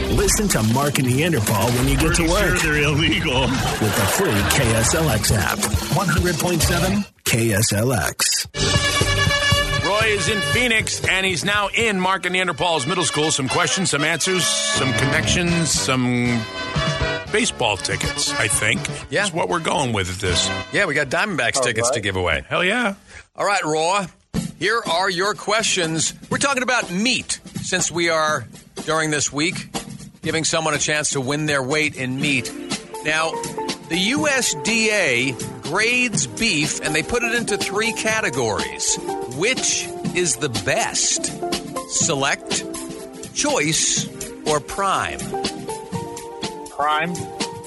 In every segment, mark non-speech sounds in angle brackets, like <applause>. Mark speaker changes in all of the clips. Speaker 1: Listen to Mark and Neanderthal when you get
Speaker 2: Pretty
Speaker 1: to work
Speaker 2: sure they're illegal.
Speaker 1: with the free KSLX app. 100.7 KSLX.
Speaker 3: Roy is in Phoenix, and he's now in Mark and Neanderthals Middle School. Some questions, some answers, some connections, some baseball tickets, I think.
Speaker 4: Yeah.
Speaker 3: Is what we're going with this.
Speaker 4: Yeah, we got Diamondbacks tickets to give away.
Speaker 3: Hell yeah.
Speaker 4: All right, Raw. Here are your questions. We're talking about meat since we are during this week giving someone a chance to win their weight in meat. Now, the USDA grades beef and they put it into three categories. Which is the best? Select, choice, or prime?
Speaker 5: Prime.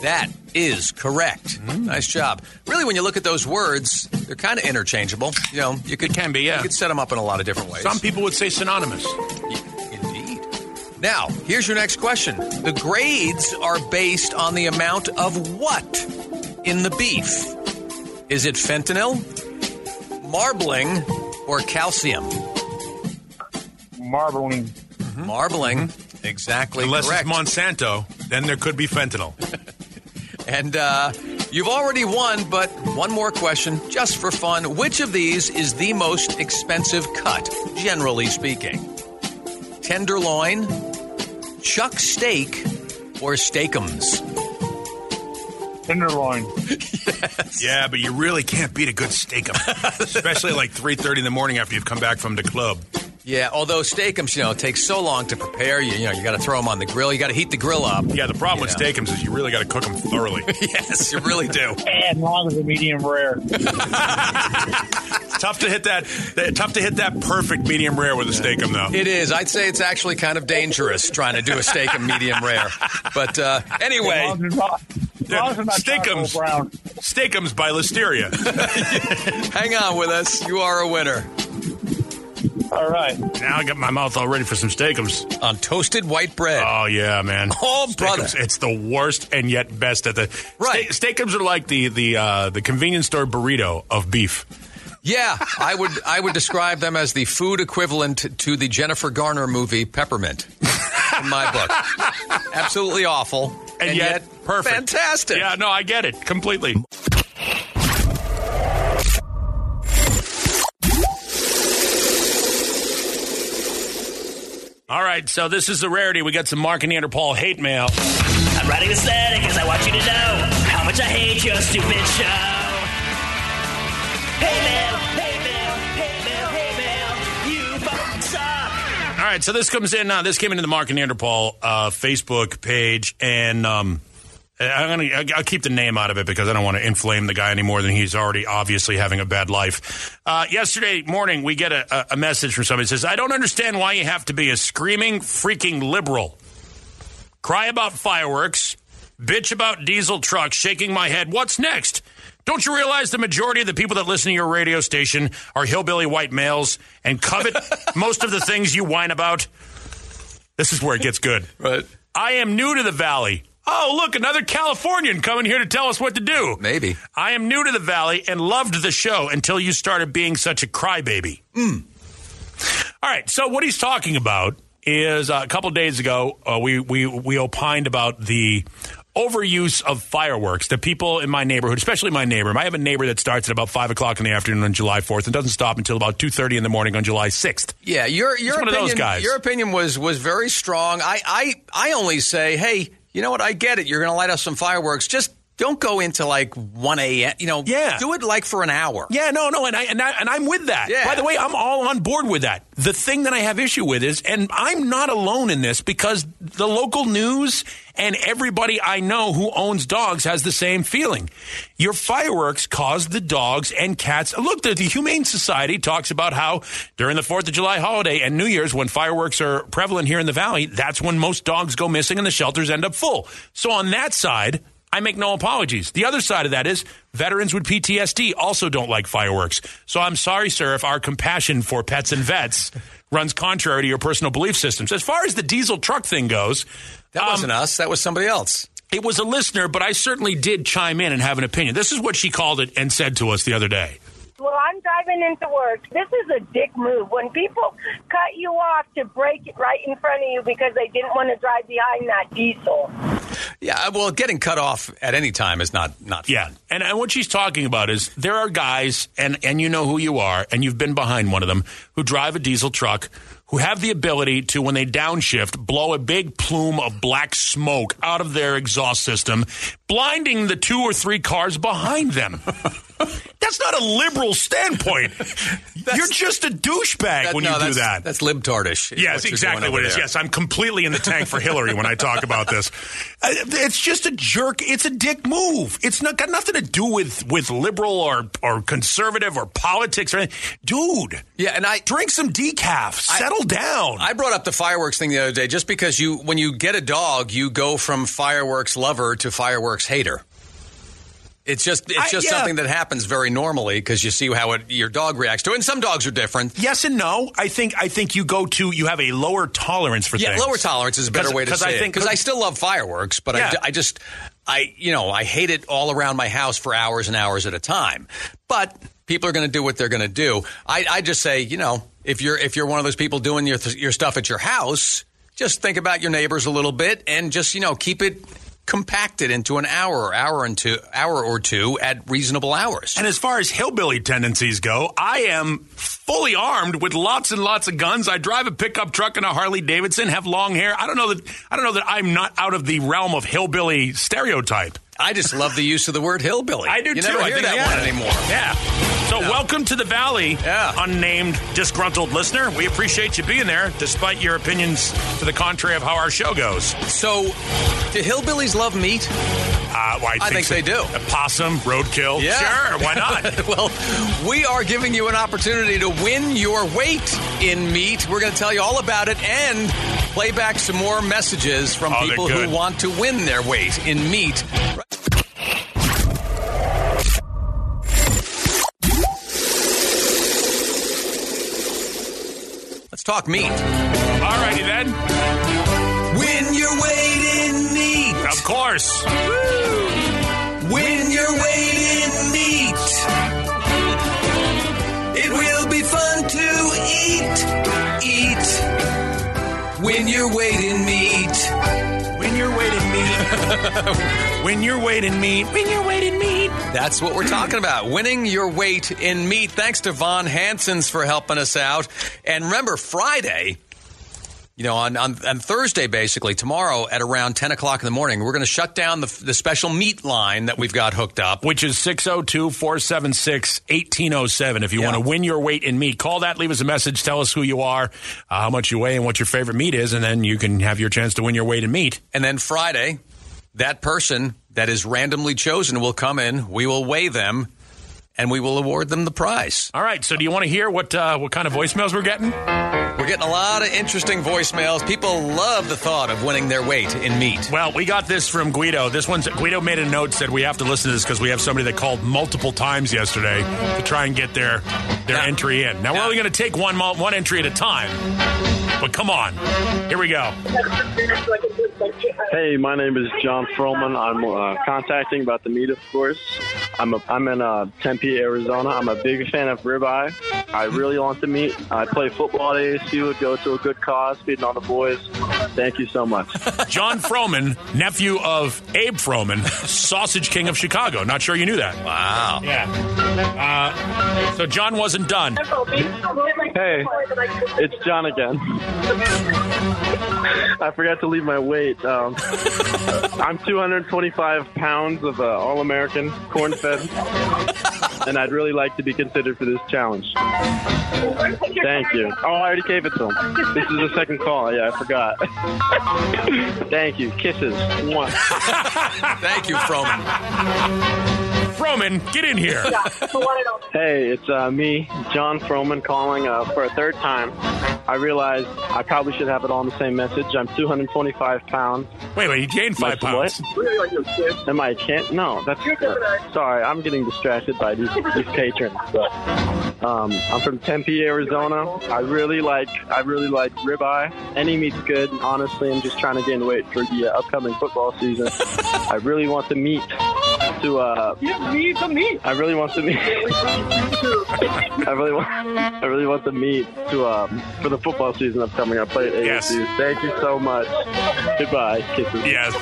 Speaker 4: That is correct.
Speaker 3: Mm.
Speaker 4: Nice job. Really, when you look at those words, they're kind of interchangeable. You know, you could
Speaker 3: It can be, yeah.
Speaker 4: You could set them up in a lot of different ways.
Speaker 3: Some people would say synonymous.
Speaker 4: Indeed. Now, here's your next question. The grades are based on the amount of what in the beef? Is it fentanyl, marbling, or calcium?
Speaker 3: Mm-hmm.
Speaker 5: Marbling.
Speaker 4: Marbling.
Speaker 3: Mm-hmm.
Speaker 4: Exactly
Speaker 3: Unless
Speaker 4: correct.
Speaker 3: it's Monsanto, then there could be fentanyl.
Speaker 4: And uh, you've already won, but one more question just for fun. Which of these is the most expensive cut, generally speaking? Tenderloin, chuck steak, or steakums?
Speaker 5: Tenderloin.
Speaker 3: yeah, but you really can't beat a good steak
Speaker 4: <laughs>
Speaker 3: especially like 3.30 in the morning after you've come back from the club.
Speaker 4: Yeah, although steakums, you know, take so long to prepare. You, you know, you got to throw them on the grill. You got to heat the grill up.
Speaker 3: Yeah, the problem
Speaker 4: Yeah.
Speaker 3: with steakums is you really got to cook them thoroughly.
Speaker 4: <laughs> yes, you really do.
Speaker 5: And long as a medium rare.
Speaker 3: It's tough to hit that, that- tough to hit that perfect medium rare with a steakum though.
Speaker 4: It is. I'd say it's actually kind of dangerous trying to do a steakum medium rare. But uh, anyway,
Speaker 5: Long as it's not- long as it's not
Speaker 3: Steakums.
Speaker 5: charcoal brown.
Speaker 3: Steakums by Listeria.
Speaker 4: hang on with us. You are a winner
Speaker 5: All right.
Speaker 3: Now I got my mouth all ready for some steakums.
Speaker 4: on toasted white bread.
Speaker 3: <laughs> Oh yeah, man.
Speaker 4: Oh,
Speaker 3: Steakums,
Speaker 4: brother.
Speaker 3: It's the worst and yet best at the
Speaker 4: Right.
Speaker 3: Ste- steakums are like the the uh, the convenience store burrito of beef.
Speaker 4: Yeah, I would I would describe them as the food equivalent to the Jennifer Garner movie Peppermint. In my book, absolutely awful,
Speaker 3: And, yet, perfect.
Speaker 4: fantastic.
Speaker 3: Yeah, no, I get it completely. All right, so this is the rarity. We got some Mark and Neanderthal hate mail.
Speaker 6: I'm writing this letter because I want you to know how much I hate your stupid show. Hey, Bill. Hey, Bill. Hey, Bill. Hey, Bill. You fucking suck.
Speaker 3: All right, so this comes in. Uh, this came into the Mark and Neanderthal uh, Facebook page, and um, I'm gonna I'll keep the name out of it because I don't want to inflame the guy any more than he's already obviously having a bad life. Uh, yesterday morning, we get a, a- a message from somebody that says, "I don't understand why you have to be a screaming freaking liberal, cry about fireworks, bitch about diesel trucks, shaking my head. What's next?" Don't you realize the majority of the people that listen to your radio station are hillbilly white males and covet most of the things you whine about? This is where it gets good.
Speaker 4: Right.
Speaker 3: I am new to the valley. Oh, look, another Californian coming here to tell us what to do.
Speaker 4: Maybe.
Speaker 3: I am new to the valley and loved the show until you started being such a crybaby. All right. So what he's talking about is uh, a couple days ago uh, we we we opined about the overuse of fireworks. The people in my neighborhood, especially my neighbor, I have a neighbor that starts at about five o'clock in the afternoon on July fourth and doesn't stop until about two thirty in the morning on July sixth.
Speaker 4: Yeah, your your
Speaker 3: He's one of
Speaker 4: opinion,
Speaker 3: those guys.
Speaker 4: your opinion was was very strong. I I I only say, hey, you know what? I get it. You're going to light up some fireworks. Just don't go into like one a.m. You know,
Speaker 3: Yeah.
Speaker 4: do it like for an hour.
Speaker 3: Yeah, no, no, and I and, I, and I'm with that.
Speaker 4: Yeah.
Speaker 3: By the way, I'm all on board with that. The thing that I have issue with is, and I'm not alone in this because the local news and everybody I know who owns dogs has the same feeling. Your fireworks caused the dogs and cats. Look, the, the Humane Society talks about how during the Fourth of July holiday and New Year's, when fireworks are prevalent here in the valley, that's when most dogs go missing and the shelters end up full. So on that side. I make no apologies. The other side of that is veterans with PTSD also don't like fireworks. So I'm sorry, sir, if our compassion for pets and
Speaker 4: <laughs>
Speaker 3: vets runs contrary to your personal belief systems. As far as the diesel truck thing goes, um,
Speaker 4: That wasn't us. That was somebody else.
Speaker 3: it was a listener, but I certainly did chime in and have an opinion. This is what she called it and said to us the other day.
Speaker 2: Well, I'm driving into work. This is a dick move. When people cut you off to break it right in front of you because they didn't want to drive behind that diesel.
Speaker 4: Yeah, well, getting cut off at any time is not not.
Speaker 3: Yeah, and, and what she's talking about is there are guys, and and you know who you are, and you've been behind one of them who drive a diesel truck, who have the ability to, when they downshift, blow a big plume of black smoke out of their exhaust system, blinding the two or three cars behind
Speaker 4: <laughs>
Speaker 3: them. That's not a liberal standpoint. You're just a douchebag when
Speaker 4: no,
Speaker 3: you do
Speaker 4: that's,
Speaker 3: that.
Speaker 4: That's libtardish. is
Speaker 3: Yes,
Speaker 4: you're
Speaker 3: exactly
Speaker 4: doing
Speaker 3: what it
Speaker 4: over
Speaker 3: is.
Speaker 4: there.
Speaker 3: Yes, I'm completely in the tank for Hillary when I talk about this. <laughs> Uh, It's just a jerk. It's a dick move. It's not got nothing to do with with liberal or or conservative or politics or anything. Dude,
Speaker 4: Yeah, and I
Speaker 3: drink some decaf. Settle down.
Speaker 4: I brought up the fireworks thing the other day just because you when you get a dog, you go from fireworks lover to fireworks hater. It's just
Speaker 3: I-
Speaker 4: it's just
Speaker 3: yeah.
Speaker 4: something that happens very normally because you see how it, your dog reacts to it. And some dogs are different.
Speaker 3: yes and no. I think I think you go to you have a lower tolerance for
Speaker 4: Yeah,
Speaker 3: things.
Speaker 4: lower tolerance is a better
Speaker 3: 'Cause-
Speaker 4: way to
Speaker 3: 'cause I
Speaker 4: say
Speaker 3: think-
Speaker 4: because I still love fireworks, but I
Speaker 3: Yeah.
Speaker 4: d- I, just I you know I hate it all around my house for hours and hours at a time. But people are going to do what they're going to do. I, I just say you know if you're if you're one of those people doing your th- your stuff at your house, just think about your neighbors a little bit and just you know keep it compacted into an hour, hour and two, hour or two at reasonable hours.
Speaker 3: And as far as hillbilly tendencies go, I am fully armed with lots and lots of guns. I drive a pickup truck and a Harley Davidson, have long hair. I don't know that I don't know that I'm not out of the realm of hillbilly stereotype.
Speaker 4: I just love the use of the word hillbilly.
Speaker 3: I do
Speaker 4: you
Speaker 3: too.
Speaker 4: Never
Speaker 3: I
Speaker 4: hear
Speaker 3: think-
Speaker 4: that
Speaker 3: yeah.
Speaker 4: one anymore.
Speaker 3: Yeah. So welcome to the valley,
Speaker 4: Yeah.
Speaker 3: unnamed disgruntled listener. We appreciate you being there, despite your opinions to the contrary of how our show goes.
Speaker 4: So, do hillbillies love meat?
Speaker 3: Uh, well, I,
Speaker 4: I think
Speaker 3: so.
Speaker 4: they do.
Speaker 3: A possum, roadkill.
Speaker 4: Yeah.
Speaker 3: Sure, why
Speaker 4: <laughs>
Speaker 3: not?
Speaker 4: Well, we are giving you an opportunity to win your weight in meat. We're going to tell you all about it and play back some more messages from
Speaker 3: Oh, they're
Speaker 4: people
Speaker 3: good.
Speaker 4: who want to win their weight in meat. Let's talk meat.
Speaker 3: All righty then.
Speaker 4: Win your weight in meat.
Speaker 3: Of course.
Speaker 4: Win your weight in meat. It will be fun to eat. Eat. Win your weight in meat.
Speaker 3: When you're waiting meat. <laughs> when you're waiting meat. When you're waiting meat.
Speaker 4: That's what we're talking about. Winning your weight in meat. Thanks to Von Hansons for helping us out. And remember, Friday, you know, on, on, on Thursday, basically, tomorrow at around 10 o'clock in the morning, we're going to shut down the, the special meat line that we've got hooked up.
Speaker 3: Which is 602 476 1807. If you
Speaker 4: Yeah.
Speaker 3: want to win your weight in meat, call that, leave us a message, tell us who you are, uh, how much you weigh, and what your favorite meat is, and then you can have your chance to win your weight in meat.
Speaker 4: And then Friday, that person that is randomly chosen will come in, we will weigh them, and we will award them the prize.
Speaker 3: All right, so do you want to hear what, uh, what kind of voicemails we're getting?
Speaker 4: We're getting a lot of interesting voicemails. People love the thought of winning their weight in meat.
Speaker 3: Well, we got this from Guido. This one's Guido made a note said we have to listen to this because we have somebody that called multiple times yesterday to try and get their their
Speaker 4: Yeah.
Speaker 3: entry in. Now we're
Speaker 4: Yeah.
Speaker 3: only going to take one mo- one entry at a time, but come on, here we go.
Speaker 7: Hey, my name is John Froman. I'm uh, contacting about the meat, of course. I'm a, I'm in uh, Tempe, Arizona. I'm a big fan of ribeye. I really want the meat. I play football at ASU. Go to a good cause, feeding all the boys. Thank you so much.
Speaker 3: John Froman, nephew of Abe Froman, Sausage King of Chicago. Not sure you knew that.
Speaker 4: Wow.
Speaker 3: Yeah. Uh, so John wasn't done.
Speaker 2: Hey,
Speaker 7: It's John again. <laughs> I forgot to leave my weight. Um, I'm 225 pounds of uh, All American corn fed, and I'd really like to be considered for this challenge. Thank you. Oh, I already gave it to him. This is the second call. Yeah, I forgot. <laughs> Thank you. Kisses. One.
Speaker 4: Thank you, Froman.
Speaker 3: Froman, get in here.
Speaker 7: Hey, it's uh, me, John Froman, calling uh, for a third time. I realized I probably should have it all in the same message. I'm 225 pounds.
Speaker 3: Wait, wait, he gained five
Speaker 7: My
Speaker 3: pounds.
Speaker 7: What? Am I a kid? No, that's sorry. I'm getting distracted by these, these patrons. But um, I'm from Tempe, Arizona. I really like I really like ribeye. Any meat's good.
Speaker 3: <laughs>
Speaker 7: Honestly, I'm just trying to gain weight for the uh, upcoming football season. I really want the meat. to uh,
Speaker 5: Give me some meat.
Speaker 7: I really want the meat. <laughs> I really want. I really want the meat to um for the football season upcoming. I play at ASU.
Speaker 8: Yes.
Speaker 7: Thank you so much. Goodbye. Kisses.
Speaker 8: Yes.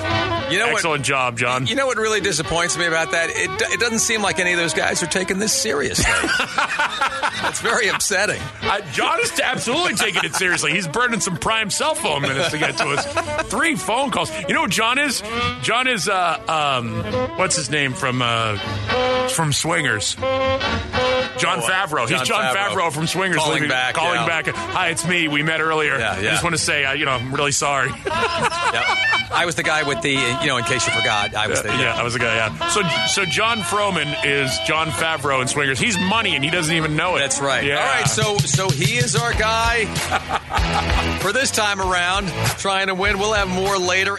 Speaker 4: You know what?
Speaker 8: Excellent job, John.
Speaker 4: You know what really disappoints me about that? It, do- it doesn't seem like any of those guys are taking
Speaker 8: <laughs>
Speaker 4: this seriously. That's very upsetting.
Speaker 8: Uh, John is absolutely taking it seriously. He's burning some prime cell phone minutes to get to us. Three phone calls. You know what John is? John is uh, um, what's his name from uh, from Swingers? John
Speaker 4: Oh, uh,
Speaker 8: Favreau. He's
Speaker 4: Jon
Speaker 8: John Favreau,
Speaker 4: Favreau.
Speaker 8: from Swingers.
Speaker 4: Calling
Speaker 8: leaving-
Speaker 4: back,
Speaker 8: Calling
Speaker 4: yeah.
Speaker 8: back. Hi, it's me. We met earlier.
Speaker 4: Yeah,
Speaker 8: I
Speaker 4: yeah.
Speaker 8: just want to say, uh, you know, I'm really sorry.
Speaker 4: Yep. I was the guy with the, you know, in case you forgot, I was
Speaker 8: <laughs>
Speaker 4: the.
Speaker 8: yeah, I was a guy. Yeah. So, so John Froman is John Favreau in Swingers. He's money, and he doesn't even know it.
Speaker 4: That's right.
Speaker 8: Yeah.
Speaker 4: All right, so so he is our guy <laughs> for this time around, trying to win. We'll have more later.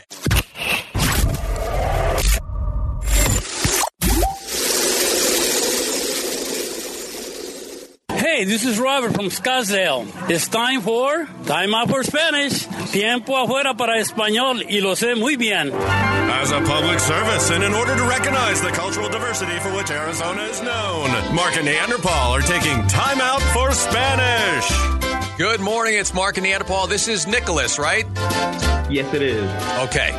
Speaker 9: Hey, this is Robert from Scottsdale. It's time for Time Out for Spanish. Tiempo afuera para español y lo sé muy bien.
Speaker 10: As a public service, and in order to recognize the cultural diversity for which Arizona is known, Mark and Neanderthal are taking time out for Spanish.
Speaker 4: Good morning. It's Mark and Neanderthal. This is Nicholas, right?
Speaker 7: Yes, it is.
Speaker 4: Okay.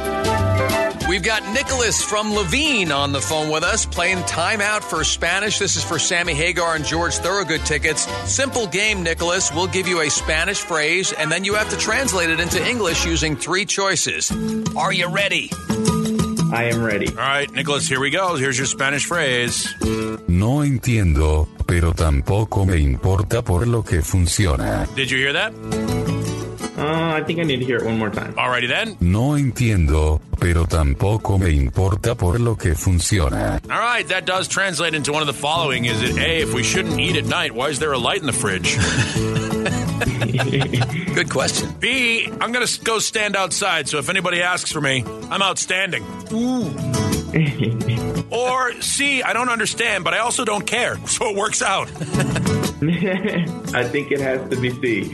Speaker 4: We've got Nicholas from Levine on the phone with us playing timeout for Spanish. This is for Sammy Hagar and George Thorogood tickets. Simple game, Nicholas. We'll give you a Spanish phrase, and then you have to translate it into English using three choices. Are you ready?
Speaker 7: I am ready.
Speaker 3: All right, Nicholas, here we go. Here's your Spanish phrase.
Speaker 11: No entiendo, pero tampoco me importa por lo que funciona.
Speaker 3: Did you hear that?
Speaker 7: Uh, I think I need to hear it one more time. <laughs>
Speaker 3: Alrighty then.
Speaker 11: No entiendo, pero tampoco me importa por lo que funciona.
Speaker 3: All right, that does translate into one of the following. Is it A, if we shouldn't eat at night, why is there a light in the fridge?
Speaker 4: Good question.
Speaker 3: B, I'm going to go stand outside, so if anybody asks for me, I'm outstanding. or C, I don't understand, but I also don't care, <laughs> so it works out.
Speaker 7: I think it has to be C.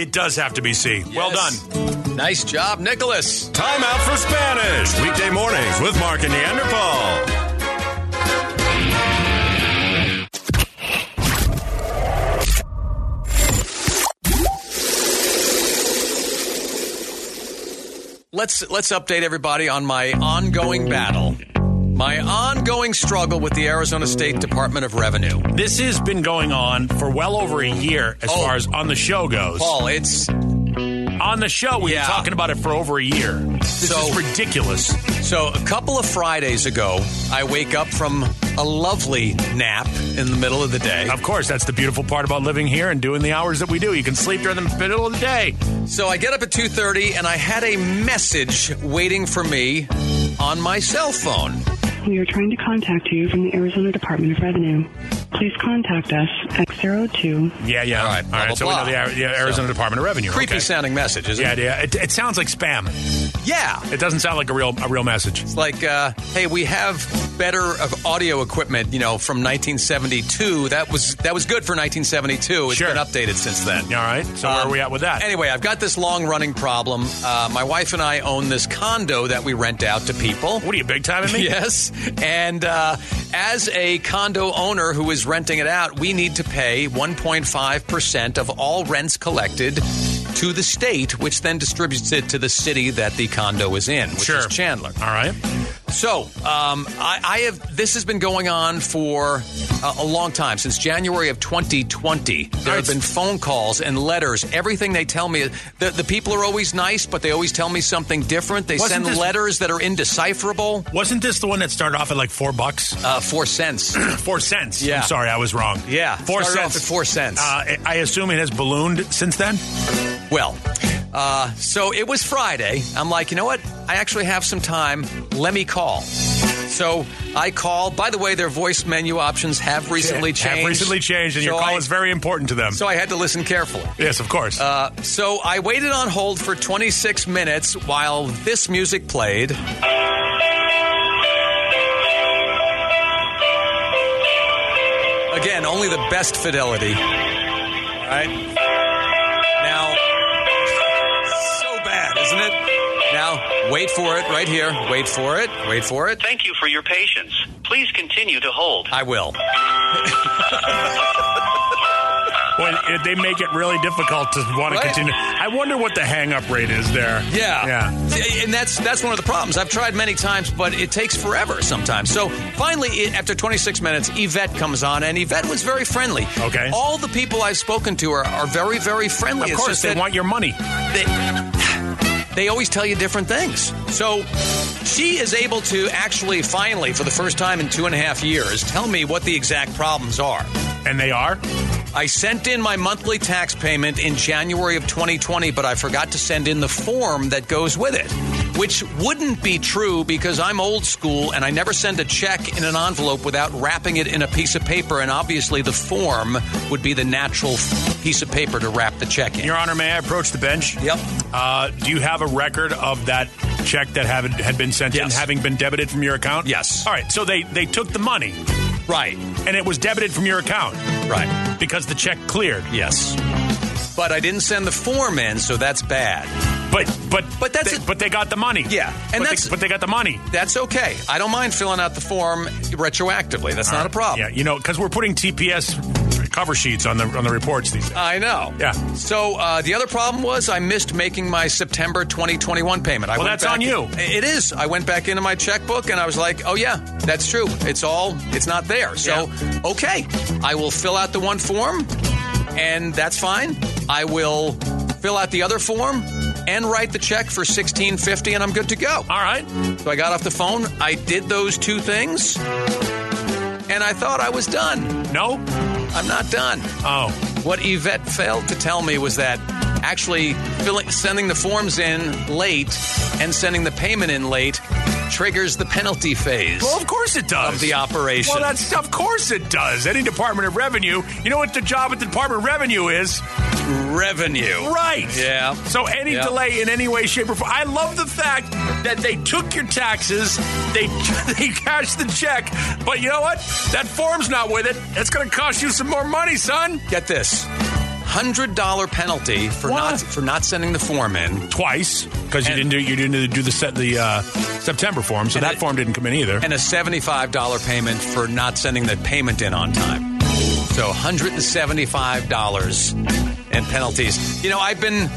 Speaker 3: It does have to be C. Well done.
Speaker 4: Yes. Nice job, Nicholas.
Speaker 10: Time out for Spanish, weekday mornings with Mark and Neanderthal.
Speaker 4: Let's let's update everybody on my ongoing battle. My ongoing struggle with the Arizona State Department of Revenue.
Speaker 3: This has been going on for well over a year as
Speaker 4: Oh.
Speaker 3: far as on the show goes.
Speaker 4: Paul, it's
Speaker 3: On the show, we've
Speaker 4: Yeah.
Speaker 3: been talking about it for over a year. This
Speaker 4: So-
Speaker 3: is ridiculous.
Speaker 4: So, a couple of Fridays ago, I wake up from a lovely nap in the middle of the day.
Speaker 3: Of course, that's the beautiful part about living here and doing the hours that we do. You can sleep during the middle of the day.
Speaker 4: So, I get up at 2:30 and I had a message waiting for me on my cell phone.
Speaker 12: We are trying to contact you from the Arizona Department of Revenue. Please contact us at 02.
Speaker 3: Yeah, yeah.
Speaker 4: All right,
Speaker 3: All
Speaker 4: blah,
Speaker 3: right.
Speaker 4: blah,
Speaker 3: so
Speaker 4: blah.
Speaker 3: we know the, Ari- the Arizona Department of Revenue.
Speaker 4: Creepy
Speaker 3: okay.
Speaker 4: sounding message, isn't
Speaker 3: Yeah,
Speaker 4: it?
Speaker 3: yeah. It, it sounds like spam.
Speaker 4: Yeah.
Speaker 3: It doesn't sound like a real a real message.
Speaker 4: It's like, uh, hey, we have better of audio equipment, you know, from 1972. That was that was good for 1972. It's
Speaker 3: Sure.
Speaker 4: been updated since then.
Speaker 3: All right. So where
Speaker 4: Um,
Speaker 3: are we at with that?
Speaker 4: Anyway, I've got this long running problem. Uh, my wife and I own this condo that we rent out to people.
Speaker 3: what are you big time at me?
Speaker 4: <laughs> Yes. And uh, as a condo owner who is renting it out, we need to pay 1.5% of all rents collected to the state, which then distributes it to the city that the condo is in, which
Speaker 3: Sure.
Speaker 4: is Chandler.
Speaker 3: All right.
Speaker 4: So, um, I, I have. This has been going on for a, a long time since January of 2020. There have been phone calls and letters. Everything they tell me, the, the people are always nice, but they always tell me something different. They
Speaker 3: Wasn't
Speaker 4: send
Speaker 3: this-
Speaker 4: letters that are indecipherable.
Speaker 3: Wasn't this the one that started off at like four bucks?
Speaker 4: Uh,
Speaker 3: <clears throat>
Speaker 4: four cents.
Speaker 3: four cents.
Speaker 4: Yeah.
Speaker 3: I'm sorry, I was wrong.
Speaker 4: Yeah,
Speaker 3: Four
Speaker 4: started off
Speaker 3: cents.
Speaker 4: at four cents.
Speaker 3: Uh, I- I assume it has ballooned since then.
Speaker 4: well, uh, so it was Friday. I'm like, you know what? I actually have some time. Let me call. So I call. By the way, their voice menu options have recently changed.
Speaker 3: Have recently changed, and your
Speaker 4: So
Speaker 3: call
Speaker 4: I-
Speaker 3: is very important to them.
Speaker 4: So I had to listen carefully.
Speaker 3: yes, of course.
Speaker 4: Uh, so I waited on hold for 26 minutes while this music played. Again, only the best fidelity. All right. Now, so bad, isn't it? Now, Wait for it right here. Wait for it. Wait for it.
Speaker 6: Thank you for your patience. Please continue to hold.
Speaker 4: I will.
Speaker 3: Boy, it- they make it really difficult to want to
Speaker 4: Right?
Speaker 3: continue. I wonder what the hang up rate is there.
Speaker 4: Yeah.
Speaker 3: Yeah.
Speaker 4: And that's that's one of the problems. I've tried many times, but it takes forever sometimes. So finally, i- after 26 minutes, Yvette comes on, and Yvette was very friendly. Okay. All the people I've spoken to are, are very, very friendly.
Speaker 3: Of course, they want your money.
Speaker 4: They, they always tell you different things. So she is able to actually, finally, for the first time in two and a half years, tell me what the exact problems are.
Speaker 3: And they are?
Speaker 4: I sent in my monthly tax payment in January of 2020, but I forgot to send in the form that goes with it, which wouldn't be true because I'm old school and I never send a check in an envelope without wrapping it in a piece of paper. And obviously, the form would be the natural f- piece of paper to wrap the check in.
Speaker 3: Your Honor, may I approach the bench?
Speaker 4: Yep.
Speaker 3: Uh, do you have a record of that check that had, had been sent in, having been debited from your account? Yes. All right. So they, they took the money.
Speaker 4: Right.
Speaker 3: And it was debited from your account.
Speaker 4: Right.
Speaker 3: Because the check cleared.
Speaker 4: Yes. But I didn't send the form in, so that's bad.
Speaker 3: But but
Speaker 4: but that's
Speaker 3: they- but they got the money.
Speaker 4: Yeah, and
Speaker 3: But
Speaker 4: that's
Speaker 3: they, but they got the money.
Speaker 4: That's okay. I don't mind filling out the form retroactively. That's not a problem.
Speaker 3: Yeah, you know, because we're putting TPS cover sheets on the on the reports these days.
Speaker 4: I know.
Speaker 3: Yeah.
Speaker 4: So uh, the other problem was I missed making my September 2021 payment. I
Speaker 3: Well,
Speaker 4: went
Speaker 3: that's
Speaker 4: back-
Speaker 3: on you.
Speaker 4: It is. I went back into my checkbook and I was like, oh yeah, that's true. It's all. It's not there. So okay, I will fill out the one form, and that's fine. I will fill out the other form and write the check for 1650 and I'm good to go. All
Speaker 3: right.
Speaker 4: So I got off the phone, I did those two things, and I thought I was done.
Speaker 3: No?
Speaker 4: I'm not done.
Speaker 3: Oh.
Speaker 4: What Yvette failed to tell me was that actually filling, sending the forms in late and sending the payment in late triggers the penalty phase.
Speaker 3: Well, of course it does.
Speaker 4: Of the operation.
Speaker 3: Well, that's of course it does. Any Department of Revenue, you know what the job at the Department of Revenue is?
Speaker 4: Revenue.
Speaker 3: Right.
Speaker 4: Yeah.
Speaker 3: So any
Speaker 4: Yeah.
Speaker 3: delay in any way, shape, or form. I love the fact that they took your taxes, they <laughs> they cashed the check, but you know what? That form's not with it. That's going to cost you some more money, son.
Speaker 4: Get this. Hundred dollar penalty for not for not sending the form in
Speaker 3: twice because you didn't do you didn't do the set the uh, September form, so
Speaker 4: And
Speaker 3: that
Speaker 4: it-
Speaker 3: form didn't come in either.
Speaker 4: and a seventy five dollar payment for not sending the payment in on time. So hundred and seventy five dollars in penalties. You know, I've been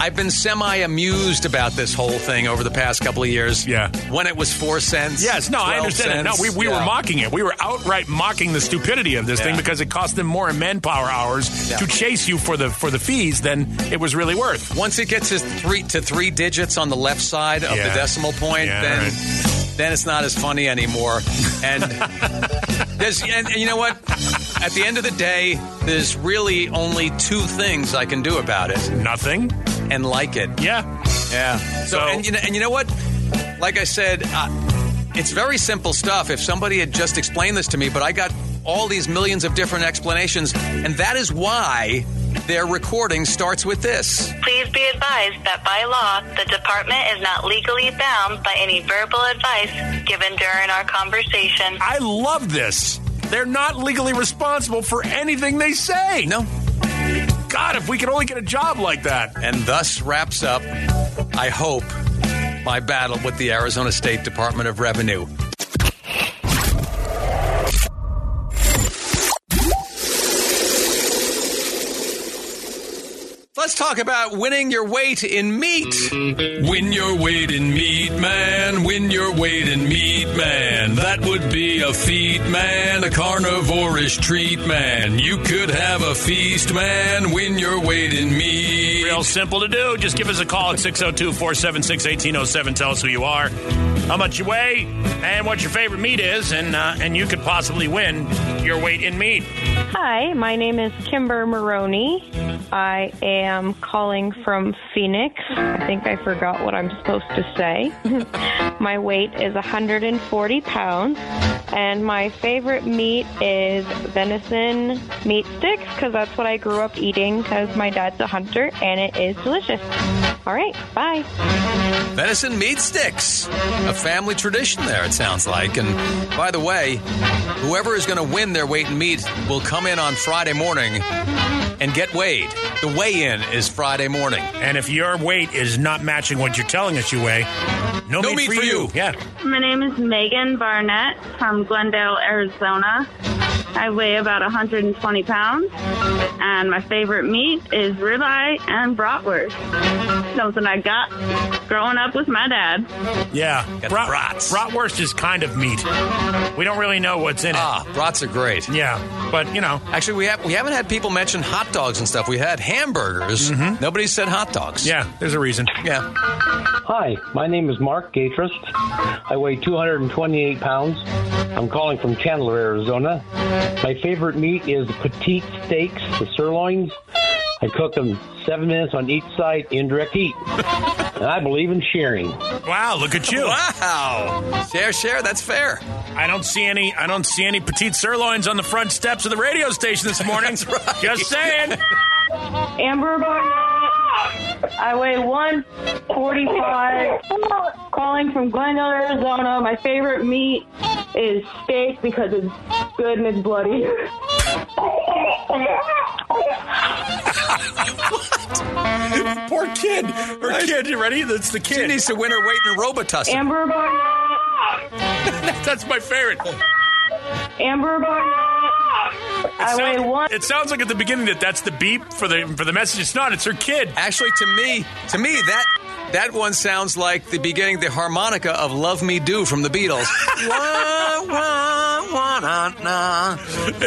Speaker 4: I've been semi amused about this whole thing over the past couple of years. Yeah, when it was four cents.
Speaker 3: Yes, no, I
Speaker 4: 12
Speaker 3: understand it. No,
Speaker 4: cents.
Speaker 3: we, we were
Speaker 4: Yeah.
Speaker 3: mocking it. We were outright mocking the stupidity of this
Speaker 4: Yeah.
Speaker 3: thing because it cost them more in manpower hours
Speaker 4: Yeah.
Speaker 3: to chase you for the for the fees than it was really worth.
Speaker 4: Once it gets to three to three digits on the left side of
Speaker 3: Yeah.
Speaker 4: the decimal point,
Speaker 3: Yeah,
Speaker 4: then
Speaker 3: right.
Speaker 4: then it's not as funny anymore. And <laughs> there's and, and you know what? At the end of the day, there's really only two things I can do about it:
Speaker 3: nothing
Speaker 4: and like it.
Speaker 3: Yeah,
Speaker 4: yeah. So, and you know, and you know what? Like I said, uh, it's very simple stuff. If somebody had just explained this to me, but I got all these millions of different explanations, and that is why their recording starts with this.
Speaker 13: Please be advised that by law, the department is not legally bound by any verbal advice given during our conversation.
Speaker 3: I love this. They're not legally responsible for anything they say.
Speaker 4: No.
Speaker 3: God, if we could only get a job like that.
Speaker 4: And thus wraps up, I hope, my battle with the Arizona State Department of Revenue. Let's talk about winning your weight in meat.
Speaker 14: Win your weight in meat, man. Win your weight in meat, man. That would be a feat, man. A carnivorish treat, man. You could have a feast, man. Win your weight in meat.
Speaker 3: Real simple to do. Just give us a call at 602 476 1807. Tell us who you are, how much you weigh, and what your favorite meat is, and uh, and you could possibly win your weight in meat.
Speaker 11: Hi, my name is Kimber Maroney. I am calling from Phoenix. I think I forgot what I'm supposed to say. my weight is 140 pounds, and my favorite meat is venison meat sticks because that's what I grew up eating because my dad's a hunter and it is delicious. All right, bye.
Speaker 4: Venison meat sticks. A family tradition there, it sounds like. And by the way, whoever is going to win their weight in meat will come in on Friday morning and get weighed. The weigh in is Friday morning.
Speaker 3: And if your weight is not matching what you're telling us you weigh, no,
Speaker 4: No
Speaker 3: meat,
Speaker 4: meat
Speaker 3: for,
Speaker 4: for
Speaker 3: you.
Speaker 4: you.
Speaker 3: Yeah.
Speaker 15: My name is Megan Barnett from Glendale, Arizona. I weigh about 120 pounds, and my favorite meat is ribeye and bratwurst. Something I got growing up with my dad.
Speaker 3: Yeah. Brat- Bratwurst is kind of meat. We don't really know what's in
Speaker 4: Ah, brats are great.
Speaker 3: Yeah, but you know,
Speaker 4: actually, we have we haven't had people mention hot dogs and stuff. We had hamburgers. Nobody said hot dogs.
Speaker 3: Mm-hmm. Yeah, there's a reason.
Speaker 4: Yeah.
Speaker 16: Hi, my name is Mark Gatrist. I weigh 228 pounds. I'm calling from Chandler, Arizona. My favorite meat is petite steaks, the sirloins. I cook them seven minutes on each side, indirect heat. and I believe in sharing.
Speaker 3: it. Wow, look at you.
Speaker 4: wow. Share, share, that's fair.
Speaker 3: I don't see any I don't see any petite sirloins on the front steps of the radio station this morning. <laughs> Just saying.
Speaker 17: Amber Barnett. I weigh 145. Calling from Glendale, Arizona. My favorite meat is steak because it's good and it's bloody. <laughs>
Speaker 3: Poor kid. Her kid, you ready? That's the kid.
Speaker 4: She needs to win her weight in Robitussin.
Speaker 17: Amber Barnett.
Speaker 3: That's my favorite.
Speaker 17: Amber Barnett. I weigh one.
Speaker 3: It sounds like at the beginning that that's the beep for the for the message. It's not. It's her kid. <laughs>
Speaker 4: Actually, to me, to me that that one sounds like the beginning, the harmonica of "Love Me Do" from
Speaker 3: <laughs>
Speaker 4: the Beatles. wah, wah, wah, nah, nah.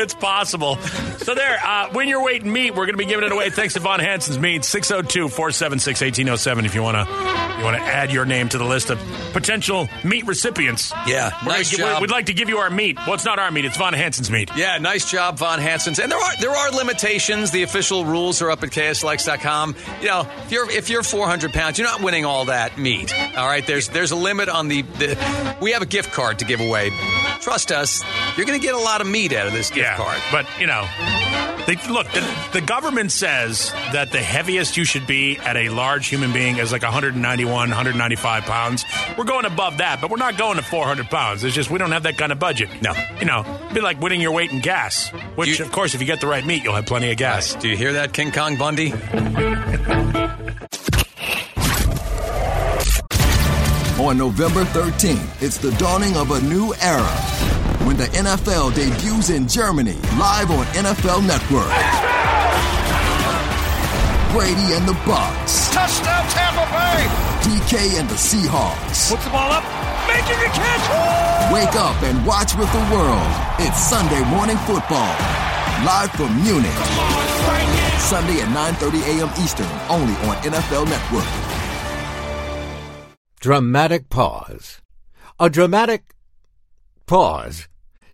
Speaker 3: It's possible. So there, uh, when you're waiting meat, we're going to be giving it away. Thanks to Von Hansen's Meat, 602-476-1807 if you want to you want to add your name to the list of potential meat recipients.
Speaker 4: Yeah,
Speaker 3: We're gonna
Speaker 4: nice
Speaker 3: give-
Speaker 4: job.
Speaker 3: We'd like to give you our meat. Well, it's not our meat. It's Von Hansen's meat.
Speaker 4: Yeah, nice job, Von Hansons. And there are there are limitations. The official rules are up at KSLX.com. You know, if you're if you're 400 pounds, you're not winning all that meat. All right, there's there's a limit on the. the we have a gift card to give away. Trust us, you're going to get a lot of meat out of this gift
Speaker 3: Yeah,
Speaker 4: card.
Speaker 3: but you know, they, look, the, the government says that the heaviest you should be at a large human being is like 191, 195 pounds. We're going above that, but we're not going to 400 pounds. It's just we don't have that kind of budget. No, you know, it'd be like winning your weight in gas. Which, of course, if you get the right meat, you'll have plenty of gas.
Speaker 4: Do you hear that, King Kong Bundy?
Speaker 18: On November 13th, it's the dawning of a new era when the NFL debuts in Germany, live on NFL Network. Brady and the Bucks,
Speaker 19: Touchdown Tampa Bay!
Speaker 18: DK and the Seahawks.
Speaker 19: Puts the ball up, making the catch!
Speaker 18: Wake up and watch with the world. It's Sunday morning football, live from Munich. Sunday at 9:30 a.m. Eastern, only on NFL Network.
Speaker 20: Dramatic pause. A dramatic pause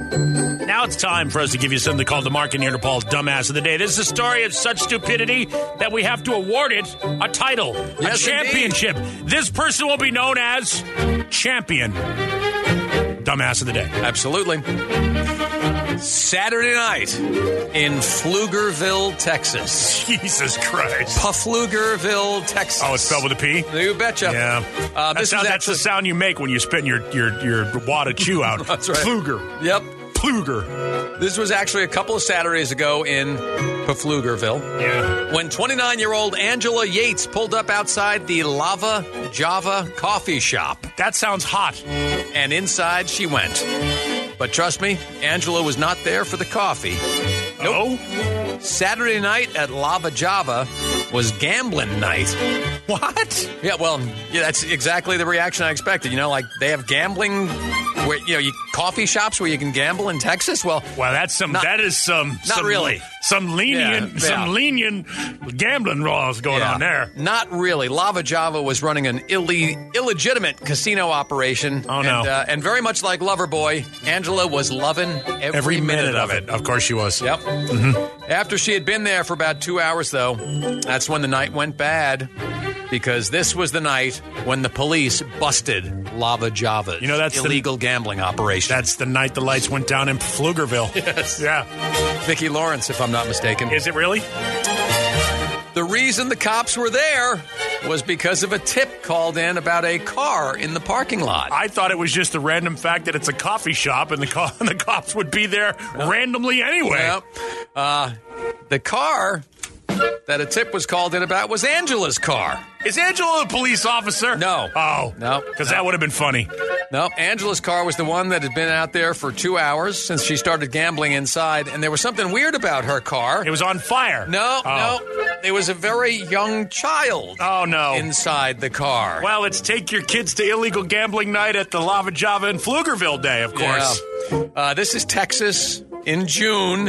Speaker 3: Now it's time for us to give you something called the Mark and Interpol's Dumbass of the Day. This is a story of such stupidity that we have to award it a title, a
Speaker 8: Yes,
Speaker 3: championship. This person will be known as champion. Dumbass of the Day.
Speaker 4: Absolutely. Saturday night in Pflugerville, Texas.
Speaker 3: Jesus Christ.
Speaker 4: Pflugerville, Texas.
Speaker 3: Oh, it's spelled with a P?
Speaker 4: You betcha.
Speaker 3: Yeah.
Speaker 4: Uh,
Speaker 3: that's,
Speaker 4: this
Speaker 3: how-
Speaker 4: is
Speaker 3: that's the sound you make when you spit your, your, your wad of chew out.
Speaker 4: <laughs> That's right.
Speaker 3: Pfluger.
Speaker 4: Yep.
Speaker 3: Pfluger.
Speaker 4: This was actually a couple of Saturdays ago in Pflugerville. Yeah. When 29 year old Angela Yates pulled up outside the Lava Java coffee shop.
Speaker 3: That sounds hot.
Speaker 4: And inside she went. But trust me, Angela was not there for the coffee. Nope. Oh? Saturday night at Lava Java was gambling night. What? Yeah, well, yeah, that's exactly the reaction I expected. You know, like they have gambling Where, you know, you, coffee shops where you can gamble in Texas. Well,
Speaker 3: wow, that's some. that is some.
Speaker 4: Not
Speaker 3: some,
Speaker 4: really.
Speaker 3: Some lenient.
Speaker 4: Yeah, yeah.
Speaker 3: Some lenient gambling laws going
Speaker 4: Yeah.
Speaker 3: on there.
Speaker 4: Not really. Lava Java was running an ille- illegitimate casino operation. Oh
Speaker 3: no.
Speaker 4: And, uh, and very much like Loverboy, Angela was loving every,
Speaker 3: Every
Speaker 4: minute,
Speaker 3: minute of it. Of course she was.
Speaker 4: Yep. Mm-hmm. After she had been there for about two hours, though, that's when the night went bad. Because this was the night when the police busted Lava Java's you know, that's
Speaker 3: the-
Speaker 4: illegal gambling operation.
Speaker 3: That's the night the lights went down in Pflugerville.
Speaker 4: <laughs> Yes.
Speaker 3: Yeah.
Speaker 4: Vicki Lawrence, if I'm not mistaken.
Speaker 3: Is it really?
Speaker 4: The reason the cops were there was because of a tip called in about a car in the parking lot.
Speaker 3: I thought it was just the random fact that it's a coffee shop and the co- <laughs> and the cops would be there randomly anyway.
Speaker 4: Yep. Uh, the car that a tip was called in about was Angela's car.
Speaker 3: Is Angela a police officer?
Speaker 4: No.
Speaker 3: Oh.
Speaker 4: No.
Speaker 3: Because that would have been funny.
Speaker 4: No, Angela's car was the one that had been out there for two hours since she started gambling inside, and there was something weird about her car.
Speaker 3: It was on fire.
Speaker 4: No,
Speaker 3: Oh.
Speaker 4: no. There was a very young child
Speaker 3: Oh, no.
Speaker 4: inside the car.
Speaker 3: Well, it's take your kids to illegal gambling night at the Lava Java in Pflugerville Day, of course.
Speaker 4: Yeah. Uh, this is Texas in June.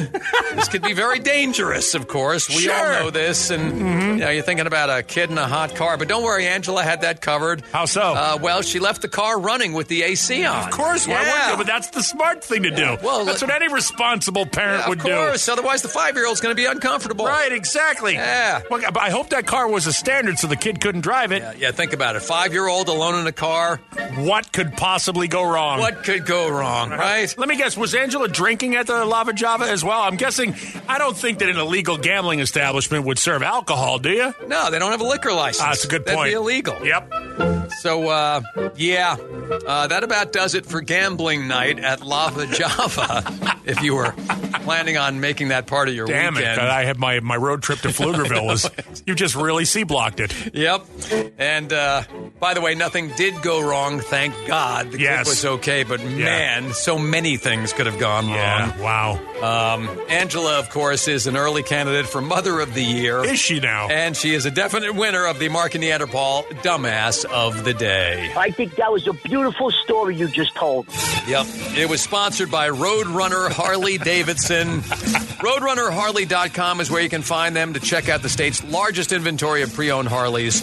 Speaker 4: this could be very dangerous, of course. We all
Speaker 3: Sure. Mm-hmm.
Speaker 4: know this. And you know, you're thinking about a kid in a hot car. But don't worry, Angela had that covered.
Speaker 3: How so?
Speaker 4: Uh, well, she left the car running with the AC on.
Speaker 3: Of course, why
Speaker 4: Yeah.
Speaker 3: would you? But that's the smart thing to do.
Speaker 4: Well,
Speaker 3: that's
Speaker 4: let-
Speaker 3: what any responsible parent
Speaker 4: Yeah,
Speaker 3: would
Speaker 4: of course.
Speaker 3: do.
Speaker 4: Otherwise, the five year old's going to be uncomfortable.
Speaker 3: Right, exactly.
Speaker 4: Yeah.
Speaker 3: Look, but I hope that car was a standard so the kid couldn't drive it.
Speaker 4: Yeah, yeah, think about it. Five year old alone in a car.
Speaker 3: What could possibly go wrong?
Speaker 4: What could go wrong, right?
Speaker 3: Let me guess. Was Angela drinking at the Lava Java as well? I'm guessing. I don't think that an illegal gambling establishment would serve alcohol. Do you?
Speaker 4: No, they don't have a liquor license.
Speaker 3: Ah, that's a good
Speaker 4: That'd
Speaker 3: point.
Speaker 4: be illegal.
Speaker 3: Yep.
Speaker 4: So, uh, yeah, uh, that about does it for gambling night at Lava <laughs> Java. if you were planning on making that part of your
Speaker 3: Damn
Speaker 4: weekend.
Speaker 3: it! I had my my road trip to Pflugerville <laughs> was. You just really c blocked it.
Speaker 4: Yep. And uh, by the way, nothing did go wrong. Thank God. The
Speaker 3: Yes.
Speaker 4: kid was okay, but man, so many things could have gone
Speaker 3: Yeah.
Speaker 4: wrong.
Speaker 3: Wow.
Speaker 4: Um, Angela, of course, is an early candidate for Mother of the Year.
Speaker 3: Is she now?
Speaker 4: And she is a definite winner of the Mark and Neanderthal Dumbass of the Day.
Speaker 11: I think that was a beautiful story you just told.
Speaker 4: Yep. It was sponsored by Roadrunner Harley <laughs> Davidson. RoadrunnerHarley.com is where you can find them to check out the state's largest inventory of pre owned Harleys.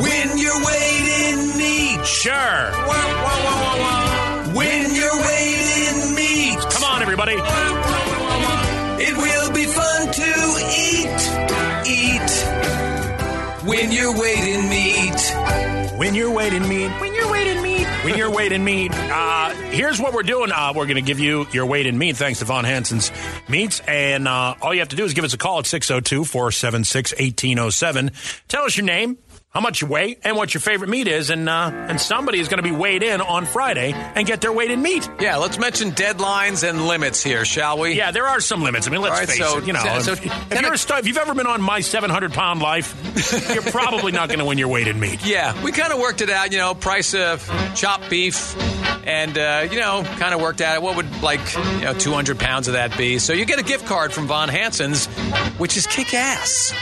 Speaker 4: When you're waiting meat.
Speaker 3: Sure.
Speaker 4: When you're waiting meat.
Speaker 3: Come on, everybody.
Speaker 4: It will be fun to eat, eat. When you're waiting meat.
Speaker 3: When you're waiting meat. When you're waiting meat. When you're waiting meat. Uh, here's what we're doing. Uh, we're going to give you your weight in meat thanks to Von Hansen's Meats. And uh, all you have to do is give us a call at 602 476 1807. Tell us your name. How much you weigh and what your favorite meat is, and uh, and somebody is going to be weighed in on Friday and get their weight in meat.
Speaker 4: Yeah, let's mention deadlines and limits here, shall we?
Speaker 3: Yeah, there are some limits. I mean, let's
Speaker 4: All right,
Speaker 3: face
Speaker 4: so-
Speaker 3: it. You know,
Speaker 4: so- so
Speaker 3: if, if
Speaker 4: can
Speaker 3: you're
Speaker 4: I-
Speaker 3: a star, if you've ever been on my 700 pound life, you're probably not going to win your weight in meat.
Speaker 4: Yeah, we kind of worked it out, you know, price of chopped beef, and uh, you know, kind of worked out what would like you know 200 pounds of that be. So you get a gift card from Von Hansen's, which is kick ass.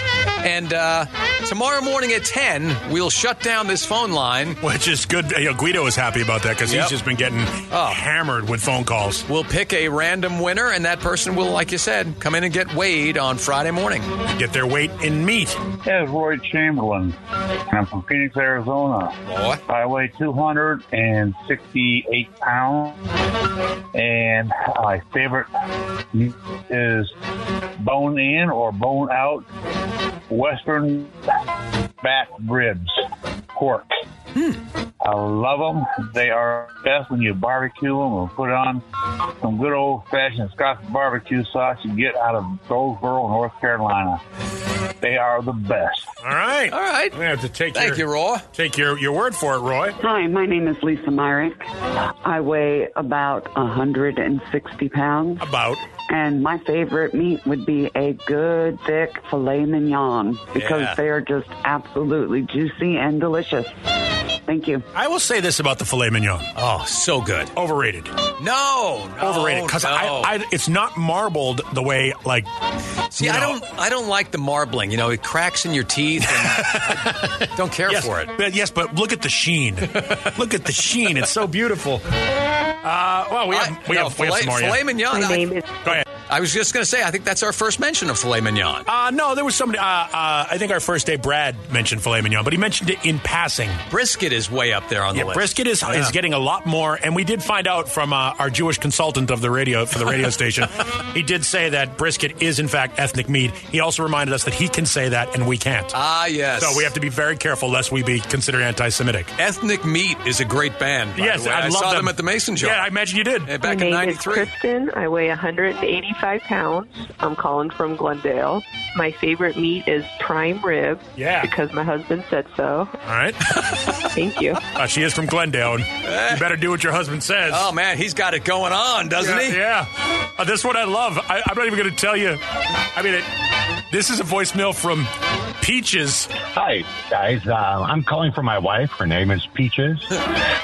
Speaker 4: And uh, tomorrow morning at 10, we'll shut down this phone line.
Speaker 3: Which is good. You know, Guido is happy about that because
Speaker 4: Yep. Oh.
Speaker 3: he's just been getting hammered with phone calls.
Speaker 4: We'll pick a random winner, and that person will, like you said, come in and get weighed on Friday morning.
Speaker 3: Get their weight in meat.
Speaker 20: This is Roy Chamberlain. I'm from Phoenix, Arizona.
Speaker 4: What?
Speaker 20: I weigh 268 pounds, and my favorite meat is bone in or bone out Western back ribs, pork. I love them. They are best when you barbecue them or put on some good old fashioned Scots barbecue sauce you get out of Goldsboro, North Carolina. They are the best.
Speaker 3: All right.
Speaker 4: All right.
Speaker 3: We have to take
Speaker 4: Thank
Speaker 3: your,
Speaker 4: you, Raw.
Speaker 3: take your, your word for it, Roy.
Speaker 7: Hi, my name is Lisa Myrick. I weigh about 160 pounds.
Speaker 3: About.
Speaker 7: And my favorite meat would be a good thick filet mignon because
Speaker 3: Yeah.
Speaker 7: they are just absolutely juicy and delicious.
Speaker 6: Thank you.
Speaker 3: I will say this about the filet mignon.
Speaker 4: Oh, so good.
Speaker 3: Overrated.
Speaker 4: No, no
Speaker 3: Overrated because
Speaker 4: no.
Speaker 3: I, I, it's not marbled the way like.
Speaker 4: See,
Speaker 3: you
Speaker 4: I
Speaker 3: know,
Speaker 4: don't, I don't like the marbling. You know, it cracks in your teeth. And don't care
Speaker 3: yes,
Speaker 4: for it.
Speaker 3: but- yes, but look at the sheen. look at the sheen. It's so beautiful. Uh, well, we have,
Speaker 4: I-
Speaker 3: we,
Speaker 4: no,
Speaker 3: have we have
Speaker 4: filet-
Speaker 3: some more. yeah.
Speaker 4: filet mignon. I-
Speaker 3: Go ahead.
Speaker 4: I was just going to say, I think that's our first mention of filet mignon.
Speaker 3: Uh, no, there was somebody. Uh, uh, I think our first day, Brad mentioned filet mignon, but he mentioned it in passing.
Speaker 4: Brisket is way up there on the
Speaker 3: Yeah,
Speaker 4: list.
Speaker 3: brisket is
Speaker 4: Yeah.
Speaker 3: is getting a lot more, and we did find out from uh, our Jewish consultant of the radio for the
Speaker 4: <laughs>
Speaker 3: radio station. He did say that brisket is in fact ethnic meat. He also reminded us that he can say that and we can't.
Speaker 4: Ah, yes.
Speaker 3: so we have to be very careful lest we be considered anti-Semitic.
Speaker 4: Ethnic Meat is a great band. by
Speaker 3: Yes,
Speaker 4: the way.
Speaker 3: I love
Speaker 4: saw them.
Speaker 3: them.
Speaker 4: at the Mason Jar.
Speaker 3: Yeah, I imagine you did.
Speaker 4: Uh, back in
Speaker 2: My name is
Speaker 4: '93.
Speaker 2: Kristen. I weigh 185 pounds. I'm calling from Glendale. My favorite meat is prime rib.
Speaker 3: Yeah.
Speaker 2: Because my husband said so.
Speaker 3: All right,
Speaker 2: Thank you.
Speaker 3: Uh, she is from Glendale. and You better do what your husband says.
Speaker 4: Eh. Oh man, he's got it going on, doesn't
Speaker 3: yeah,
Speaker 4: he?
Speaker 3: Yeah. Uh, this one I love. I, I'm not even going to tell you. I mean, it, this is a voicemail from Peaches.
Speaker 9: Hi, guys. Uh, I'm calling for my wife. Her name is Peaches.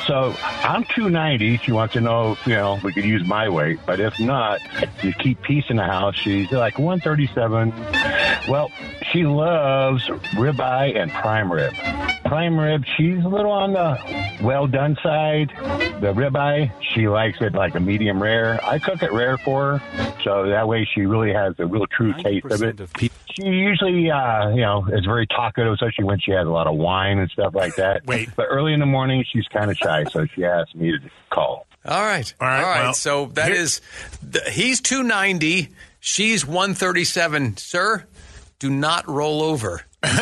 Speaker 9: So I'm 290. She wants to know, if, you know, we could use my weight, but if not, you keep peace in the house. She's like 137. Well, she loves ribeye and prime rib. Prime rib, she's a little on the well done side. The ribeye, she likes it like a medium rare. I cook it rare for her, so that way she really has a real true taste of it. She usually, uh, you know, is very talkative, especially when she has a lot of wine and stuff like that. Wait. But early in the morning, she's kind of shy, so she asked me to call.
Speaker 4: All right. All right. so that is, th- he's 290. She's 137. Sir, do not roll over.
Speaker 3: Well,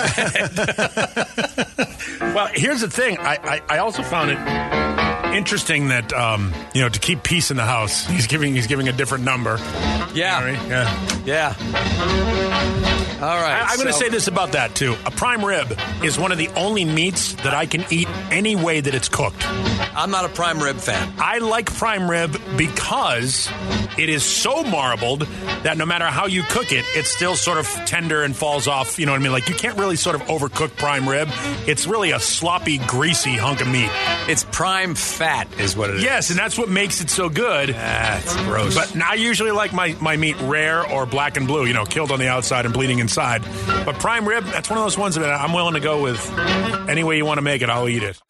Speaker 3: here's the thing. I, I, I also found it interesting that um, you know to keep peace in the house, <laughs> he's giving he's giving a different number.
Speaker 4: Yeah.
Speaker 3: yeah.
Speaker 4: Yeah. All right.
Speaker 3: I, am going to
Speaker 4: so-
Speaker 3: say this about that too. A prime rib is one of the only meats that I can eat any way that it's cooked.
Speaker 4: I'm not a prime rib fan.
Speaker 3: I like prime rib because it is so marbled that no matter how you cook it, it's still sort of tender and falls off. You know what I mean? Like you can't really sort of overcook prime rib. It's really a sloppy, greasy hunk of meat.
Speaker 4: It's prime fat, is what it is.
Speaker 3: Yes, and that's what makes it so good. That's
Speaker 4: gross.
Speaker 3: But I usually like my, my meat rare or black and blue, you know, killed on the outside and bleeding inside. But prime rib, that's one of those ones that I'm willing to go with. Any way you want to make it, I'll eat it.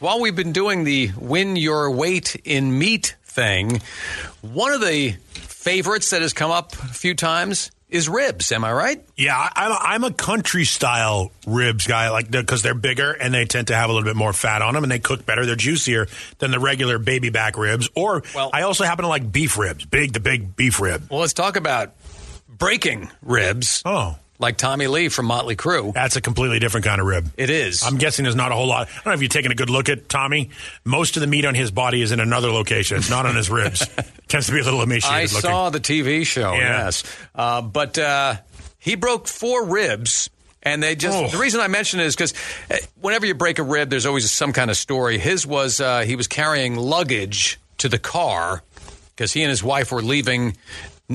Speaker 4: While we've been doing the win your weight in meat thing, one of the favorites that has come up a few times is ribs. Am I right?
Speaker 3: Yeah, I- I'm, I'm a country style ribs guy, like because they're bigger and they tend to have a little bit more fat on them, and they cook better. They're juicier than the regular baby back ribs. Or I also happen to like beef ribs, big the big beef rib.
Speaker 4: Well, let's talk about breaking ribs.
Speaker 3: Oh.
Speaker 4: Like Tommy Lee from Motley Crue.
Speaker 3: That's a completely different kind of rib.
Speaker 4: It is.
Speaker 3: I'm guessing there's not a whole lot. I don't know if you've taken a good look at Tommy. Most of the meat on his body is in another location. It's not on his ribs. <laughs> Tends to be a little emaciated
Speaker 4: I
Speaker 3: looking.
Speaker 4: saw the TV show.
Speaker 3: Yeah.
Speaker 4: Yes, uh, but uh, he broke four ribs. And they just,
Speaker 3: Oh.
Speaker 4: the reason I mention it is because whenever you break a rib, there's always some kind of story. His was uh, he was carrying luggage to the car because he and his wife were leaving.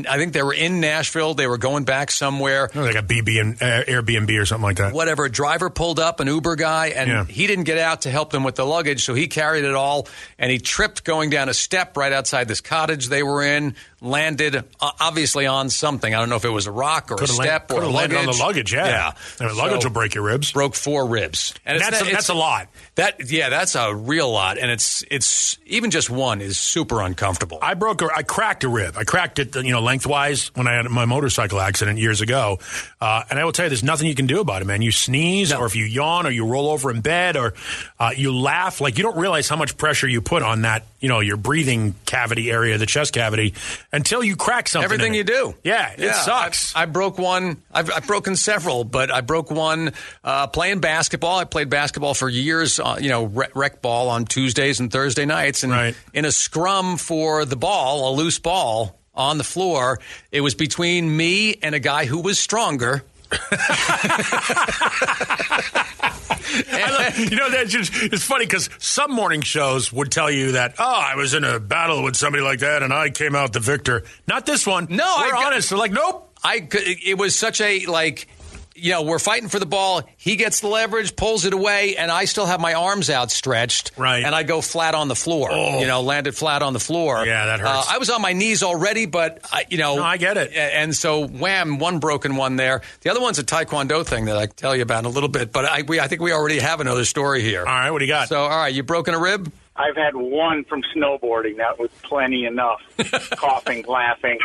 Speaker 4: I think they were in Nashville. They were going back somewhere.
Speaker 3: Like a BB and uh, Airbnb or something like that.
Speaker 4: Whatever. A driver pulled up, an Uber guy, and
Speaker 3: Yeah.
Speaker 4: he didn't get out to help them with the luggage. So he carried it all and he tripped going down a step right outside this cottage they were in, landed uh, obviously on something. I don't know if it was a rock or
Speaker 3: Coulda
Speaker 4: a
Speaker 3: land-
Speaker 4: step or
Speaker 3: coulda
Speaker 4: a
Speaker 3: landed
Speaker 4: luggage.
Speaker 3: on the luggage, yeah. I mean, luggage will break your ribs.
Speaker 4: Broke four ribs.
Speaker 3: And
Speaker 4: it's
Speaker 3: that's a-
Speaker 4: it's-
Speaker 3: that's a lot.
Speaker 4: That yeah, that's a real lot. And it's it's even just one is super uncomfortable.
Speaker 3: I broke a, I cracked a rib. I cracked it, you know, lengthwise when I had my motorcycle accident years ago. Uh, and I will tell you, there's nothing you can do about it, man. You sneeze, or if you yawn, or you roll over in bed, or uh, you laugh. Like you don't realize how much pressure you put on that, you know, your breathing cavity area, the chest cavity, until you crack something. in
Speaker 4: Everything
Speaker 3: it.
Speaker 4: you do.
Speaker 3: yeah, it sucks.
Speaker 4: I, I broke one. I've, I've broken several, but I broke one uh, playing basketball. I played basketball for years, uh, you know, rec, rec ball on Tuesdays and Thursday nights. And in a scrum for the ball, a loose ball on the floor, it was between me and a guy who was stronger.
Speaker 3: <laughs> I love- you know, that's just, it's funny because some morning shows would tell you that, oh, I was in a battle with somebody like that and I came out the victor. Not this one. No,
Speaker 4: I
Speaker 3: We're
Speaker 4: got-
Speaker 3: honest. They're like, nope.
Speaker 4: I could- it was such a like you know we're fighting for the ball. He gets the leverage, pulls it away, and I still have my arms outstretched. Right, and I go flat on the floor. You know, landed flat on the floor. Yeah, that
Speaker 3: hurts.
Speaker 4: I was on my knees already, but I, you know, I get it. And so, wham, one broken one there. The other one's a taekwondo thing that I can tell you about in a little bit. But I, we, I think we already have another story here. All
Speaker 3: right, what do you got?
Speaker 4: So, all right, you broken a rib.
Speaker 21: I've had one from snowboarding. That was plenty
Speaker 22: <laughs>
Speaker 21: enough. Coughing, laughing.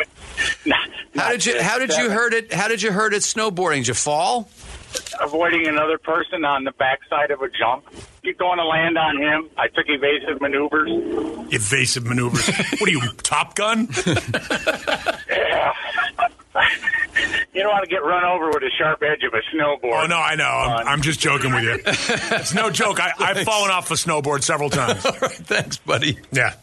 Speaker 4: How did you? How did you hurt it? How did you hurt it snowboarding? Did you fall? <laughs>
Speaker 21: Avoiding another person on the backside of a jump. You're going to land on him. I took evasive maneuvers.
Speaker 3: Evasive maneuvers. what are
Speaker 4: <laughs>
Speaker 3: you, Top Gun?
Speaker 21: You don't want to get run over with a sharp edge of a snowboard.
Speaker 3: Oh, no, I know. I'm, I'm just joking with you. It's no joke. I, I've fallen off a snowboard several times.
Speaker 4: <laughs> Thanks, buddy.
Speaker 3: Yeah.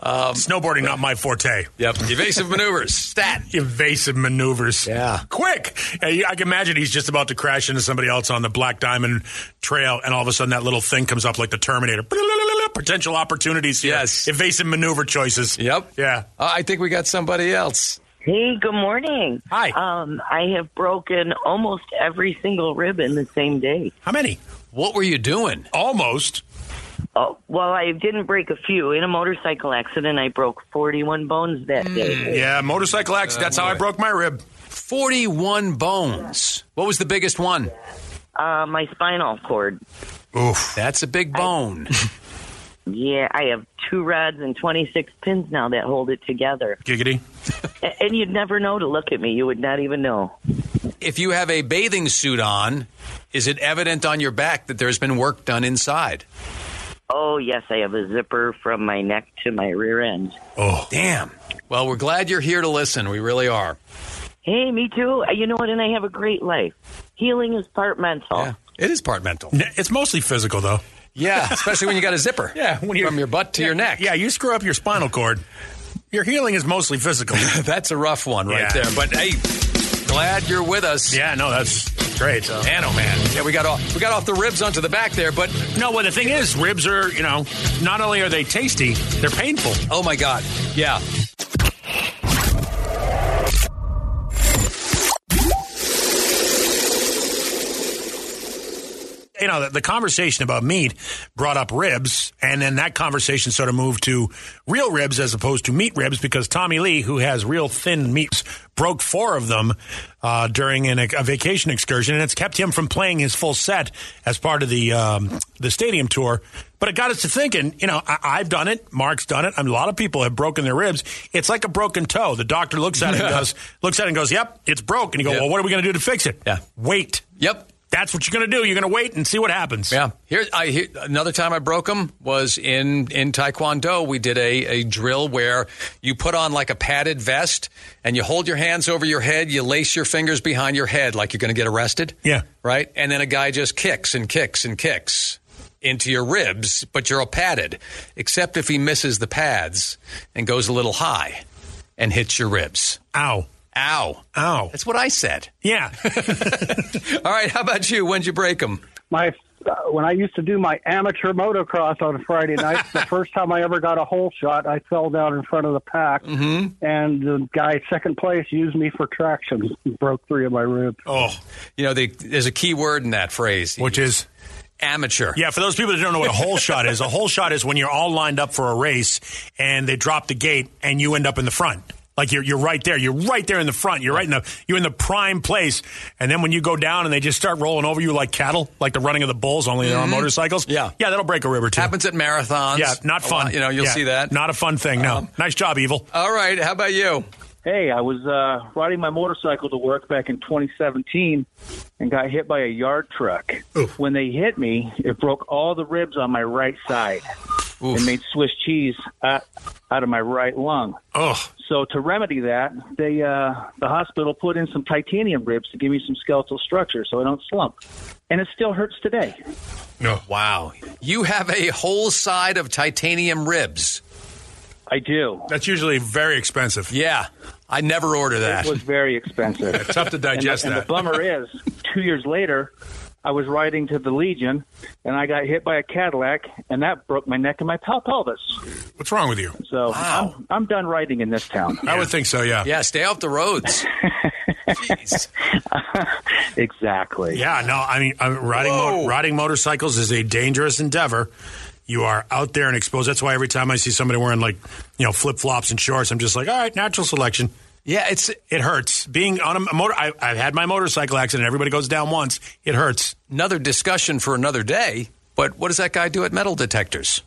Speaker 4: Um,
Speaker 3: Snowboarding, not my forte.
Speaker 4: Yep. Evasive maneuvers. Stat.
Speaker 3: Evasive maneuvers.
Speaker 4: Yeah.
Speaker 3: Quick. And you- I can imagine he's just about to crash into somebody else on the Black Diamond Trail, and all of a sudden that little thing comes up like the Terminator. <laughs> Potential opportunities here. Yes. Evasive maneuver choices.
Speaker 4: Yep.
Speaker 3: Yeah.
Speaker 4: Uh, I think we got somebody else.
Speaker 11: Hey, good morning. Hi. Um, I have broken almost every single rib in the same day.
Speaker 3: How many?
Speaker 4: What were you doing?
Speaker 3: Almost.
Speaker 11: Oh, well, I didn't break a few. In a motorcycle accident, I broke 41 bones that day.
Speaker 3: Mm, Yeah, motorcycle accident. That's how I broke my rib.
Speaker 4: 41 bones. What was the biggest one?
Speaker 11: Uh, my spinal cord.
Speaker 3: Oof.
Speaker 4: That's a big bone.
Speaker 11: yeah, I have two rods and 26 pins now that hold it together.
Speaker 3: Giggity.
Speaker 11: A- And you'd never know to look at me. You would not even know.
Speaker 4: <laughs> If you have a bathing suit on, is it evident on your back that there's been work done inside?
Speaker 11: Oh, yes, I have a zipper from my neck to my rear end.
Speaker 3: Oh,
Speaker 4: damn. Well, we're glad you're here to listen. We really are.
Speaker 11: Hey, me too. Uh, You know what? And I have a great life. Healing is part
Speaker 4: Oh.
Speaker 11: mental.
Speaker 4: It is part mental.
Speaker 3: It's mostly physical, though.
Speaker 4: <laughs> Yeah, <laughs> especially when you got a <laughs> zipper.
Speaker 3: Yeah, when you
Speaker 4: from your butt to your neck.
Speaker 3: Yeah, you screw up your spinal cord. Your healing is mostly
Speaker 4: <laughs>
Speaker 3: physical.
Speaker 4: that's a rough one right
Speaker 3: Yeah.
Speaker 4: there. But hey, glad you're with us.
Speaker 3: Yeah, no, that's great. So.
Speaker 4: Man, oh man. Yeah, we got off we got off the ribs onto the back there, but
Speaker 3: No, well, the thing is, ribs are, you know, not only are they tasty, they're painful.
Speaker 4: Oh, my God. Yeah.
Speaker 3: You know, the, the conversation about meat brought up ribs, and then that conversation sort of moved to real ribs as opposed to meat ribs because Tommy Lee, who has real thin meats, broke four of them uh, during an, a vacation excursion, and it's kept him from playing his full set as part of the um, the stadium tour. But it got us to thinking, you know, I, I've done it. Mark's done it. I mean, a lot of people have broken their ribs. It's like a broken toe. The doctor looks at it <laughs> and goes, looks at it and goes, yep, it's broke. And you go, well, what are we going to do to fix it? Yeah. Wait.
Speaker 4: Yep.
Speaker 3: That's what you're going to do. You're going to wait and see what happens.
Speaker 4: Yeah. Here, I here, another time I broke them was in in Taekwondo. We did a a drill where you put on like a padded vest and you hold your hands over your head. You lace your fingers behind your head like you're going to get arrested.
Speaker 3: Yeah.
Speaker 4: Right. And then a guy just kicks and kicks and kicks into your ribs, but you're all padded, except if he misses the pads and goes a little high and hits your ribs.
Speaker 3: Ow.
Speaker 4: Ow.
Speaker 3: Ow.
Speaker 4: That's what I said. <laughs>
Speaker 3: Yeah.
Speaker 4: all right. How about you? When'd you break them?
Speaker 7: my uh, when I used to do my amateur motocross on Friday nights, the first time I ever got a hole shot, I fell down in front of the pack, and the guy second place used me for traction, and broke three of my ribs.
Speaker 3: Oh,
Speaker 4: you know, the, there's a key word in that phrase, which
Speaker 3: is
Speaker 4: amateur.
Speaker 3: Yeah, for those people that don't know what a hole shot is, a hole shot is when you're all lined up for a race and they drop the gate and you end up in the front. Like you're you're right there. You're right there in the front. You're right in the you're in the prime place. And then when you go down and they just start rolling over you like cattle, like the running of the bulls, only they're on
Speaker 4: Mhm.
Speaker 3: motorcycles. Yeah. Yeah, that'll break a rib or two.
Speaker 4: Happens at marathons.
Speaker 3: Yeah, not
Speaker 4: A
Speaker 3: fun.
Speaker 4: lot, you know, you'll
Speaker 3: Yeah,
Speaker 4: see that. Um,
Speaker 3: Not a fun thing, no. nice job, Evil.
Speaker 4: All right. How about you?
Speaker 7: Hey, I was uh, riding my motorcycle to work back in 2017 and got hit by a yard truck. When they hit me, it broke all the ribs on my right side and made Swiss cheese out, uh, out of my right lung.
Speaker 3: Oh.
Speaker 7: So to remedy that, they uh, the hospital put in some titanium ribs to give me some skeletal structure so I don't slump. And it still hurts today.
Speaker 3: No.
Speaker 4: Wow. You have a whole side of titanium ribs.
Speaker 7: I do.
Speaker 3: That's usually very expensive.
Speaker 4: Yeah. I never order that.
Speaker 11: It was very expensive.
Speaker 3: <laughs>
Speaker 4: tough to digest
Speaker 11: and the,
Speaker 4: that.
Speaker 11: And the bummer is, two years later, I was riding to the Legion, and I got hit by a Cadillac, and that broke my neck and my pel- pelvis.
Speaker 3: What's wrong with you?
Speaker 11: So I'm, I'm done riding in this town.
Speaker 3: I would think so, yeah.
Speaker 4: Yeah, stay off the
Speaker 11: <laughs>
Speaker 4: roads.
Speaker 11: exactly.
Speaker 3: Yeah, no, I mean, uh, riding, mo- riding motorcycles is a dangerous endeavor. You are out there and exposed. That's why every time I see somebody wearing like, you know, flip flops and shorts, I'm just like, all right, natural selection.
Speaker 4: Yeah, it's
Speaker 3: it hurts being on a motor. I, I've had my motorcycle accident. Everybody goes down once. It hurts.
Speaker 4: Another discussion for another day. But what does that guy do at metal detectors?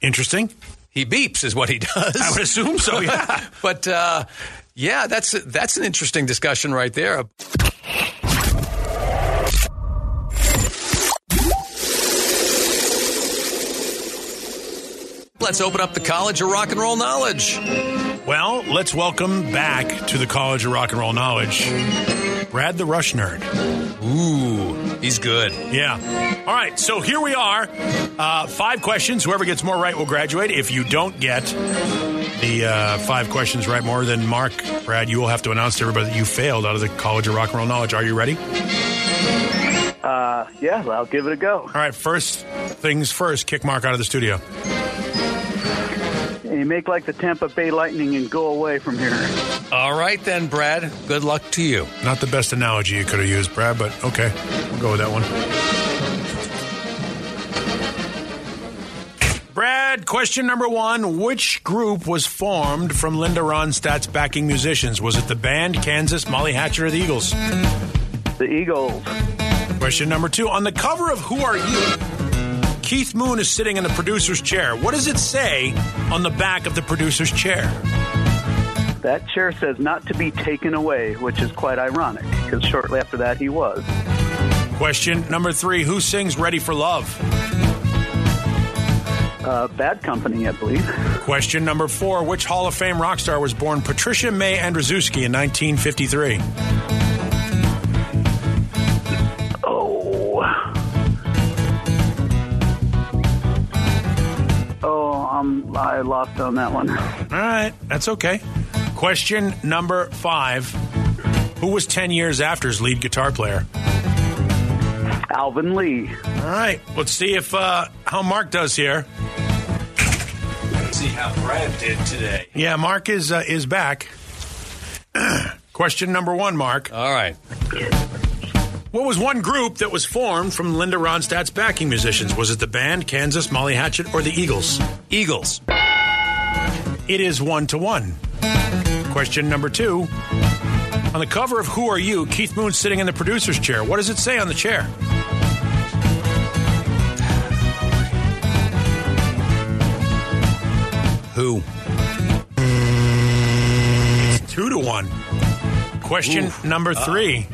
Speaker 3: Interesting.
Speaker 4: He beeps, is what he does. I
Speaker 3: would assume so. <laughs> Yeah.
Speaker 4: <laughs> but uh, yeah, that's that's an interesting discussion right there. Let's open up the College of Rock and Roll Knowledge.
Speaker 3: Well, let's welcome back to the College of Rock and Roll Knowledge, Brad the Rush Nerd.
Speaker 4: Ooh, he's good.
Speaker 3: Yeah. All right, so here we are. Uh, five questions. Whoever gets more right will graduate. If you don't get the uh, five questions right more than Mark, Brad, you will have to announce to everybody that you failed out of the College of Rock and Roll Knowledge. Are you ready?
Speaker 7: Uh, yeah, well, I'll give it a go.
Speaker 3: All right, first things first, kick Mark out of the studio.
Speaker 7: You make like the Tampa Bay Lightning and go away from here.
Speaker 4: All right, then, Brad. Good luck to you.
Speaker 3: Not the best analogy you could have used, Brad, but okay. We'll go with that one. Brad, question number one. Which group was formed from Linda Ronstadt's backing musicians? Was it the band, Kansas, Molly Hatcher, or the Eagles?
Speaker 7: The Eagles.
Speaker 3: Question number two. On the cover of Who Are You? Keith Moon is sitting in the producer's chair. What does it say on the back of the producer's chair?
Speaker 7: That chair says not to be taken away, which is quite ironic because shortly after that he was.
Speaker 3: Question number three Who sings Ready for Love?
Speaker 7: Uh, bad company, I believe.
Speaker 3: Question number four Which Hall of Fame rock star was born Patricia May Andrzejewski in 1953?
Speaker 7: Oh. Oh, um, I lost on that one.
Speaker 3: All right, that's okay. Question number five Who was 10 years after his lead guitar player?
Speaker 7: Alvin Lee.
Speaker 3: All right, let's see if uh, how Mark does here.
Speaker 22: See how Brad did today.
Speaker 3: Yeah, Mark is uh, is back. <clears throat> Question number one, Mark.
Speaker 4: All right.
Speaker 3: What was one group that was formed from Linda Ronstadt's backing musicians? Was it the band Kansas, Molly Hatchet, or the Eagles?
Speaker 4: Eagles.
Speaker 3: It is one to one. Question number two. On the cover of Who Are You, Keith Moon's sitting in the producer's chair. What does it say on the chair?
Speaker 4: Who?
Speaker 3: It's two to one. Question
Speaker 4: Oof.
Speaker 3: number three.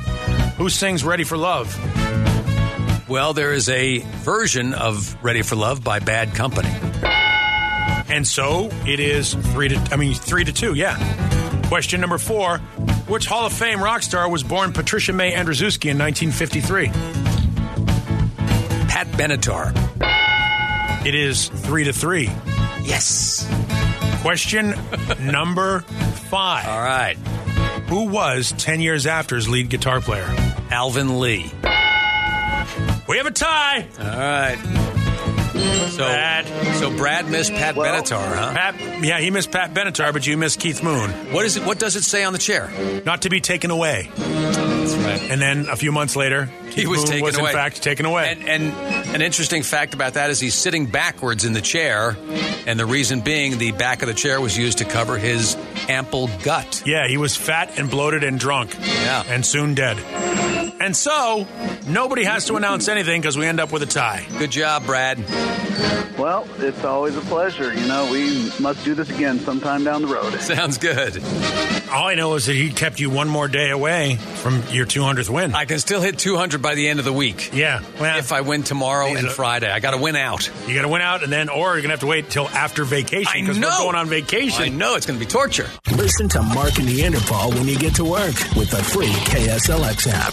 Speaker 3: Who sings Ready for Love?
Speaker 4: Well, there is a version of Ready for Love by Bad Company.
Speaker 3: And so it is three to I mean three to two, yeah. Question number four. Which Hall of Fame rock star was born Patricia May Andrzejewski in 1953?
Speaker 4: Pat Benatar.
Speaker 3: It is three to three.
Speaker 4: Yes.
Speaker 3: Question <laughs> number five. All
Speaker 4: right.
Speaker 3: Who was 10 years after his lead guitar player?
Speaker 4: Alvin Lee.
Speaker 3: We have a tie.
Speaker 4: All right. So Brad, so Brad missed Pat Benatar, huh?
Speaker 3: Pat, yeah, he missed Pat Benatar, but you missed Keith Moon.
Speaker 4: What is it? What does it say on the chair?
Speaker 3: Not to be taken away.
Speaker 4: That's right.
Speaker 3: And then a few months later,
Speaker 4: He
Speaker 3: Keith
Speaker 4: was
Speaker 3: Moon
Speaker 4: taken
Speaker 3: was
Speaker 4: away.
Speaker 3: in fact taken away.
Speaker 4: And, and an interesting fact about that is he's sitting backwards in the chair, and the reason being the back of the chair was used to cover his ample gut.
Speaker 3: Yeah, he was fat and bloated and drunk.
Speaker 4: Yeah.
Speaker 3: And soon dead. And so, nobody has to announce anything because we end up with a tie.
Speaker 4: Good job, Brad. <laughs>
Speaker 7: Well, it's always a pleasure. You know, we must do this again sometime down the road.
Speaker 4: Sounds good.
Speaker 3: All I know is that he kept you one more day away from your 200th win.
Speaker 4: I can still hit 200 by the end of the week.
Speaker 3: Yeah.
Speaker 4: if I win tomorrow
Speaker 3: These
Speaker 4: and
Speaker 3: are-
Speaker 4: Friday, I got to win out.
Speaker 3: You got to win out, and then, or you're going to have to wait till after vacation because we're
Speaker 4: know.
Speaker 3: going on vacation.
Speaker 4: I know it's going to be torture.
Speaker 23: Listen to Mark and Neanderthal when you get to work with the free KSLX app.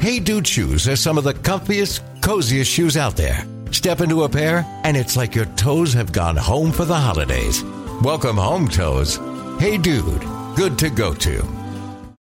Speaker 24: Hey Dude Shoes are some of the comfiest, coziest shoes out there. Step into a pair, and it's like your toes have gone home for the holidays. Welcome home, toes. Hey Dude, good to go to.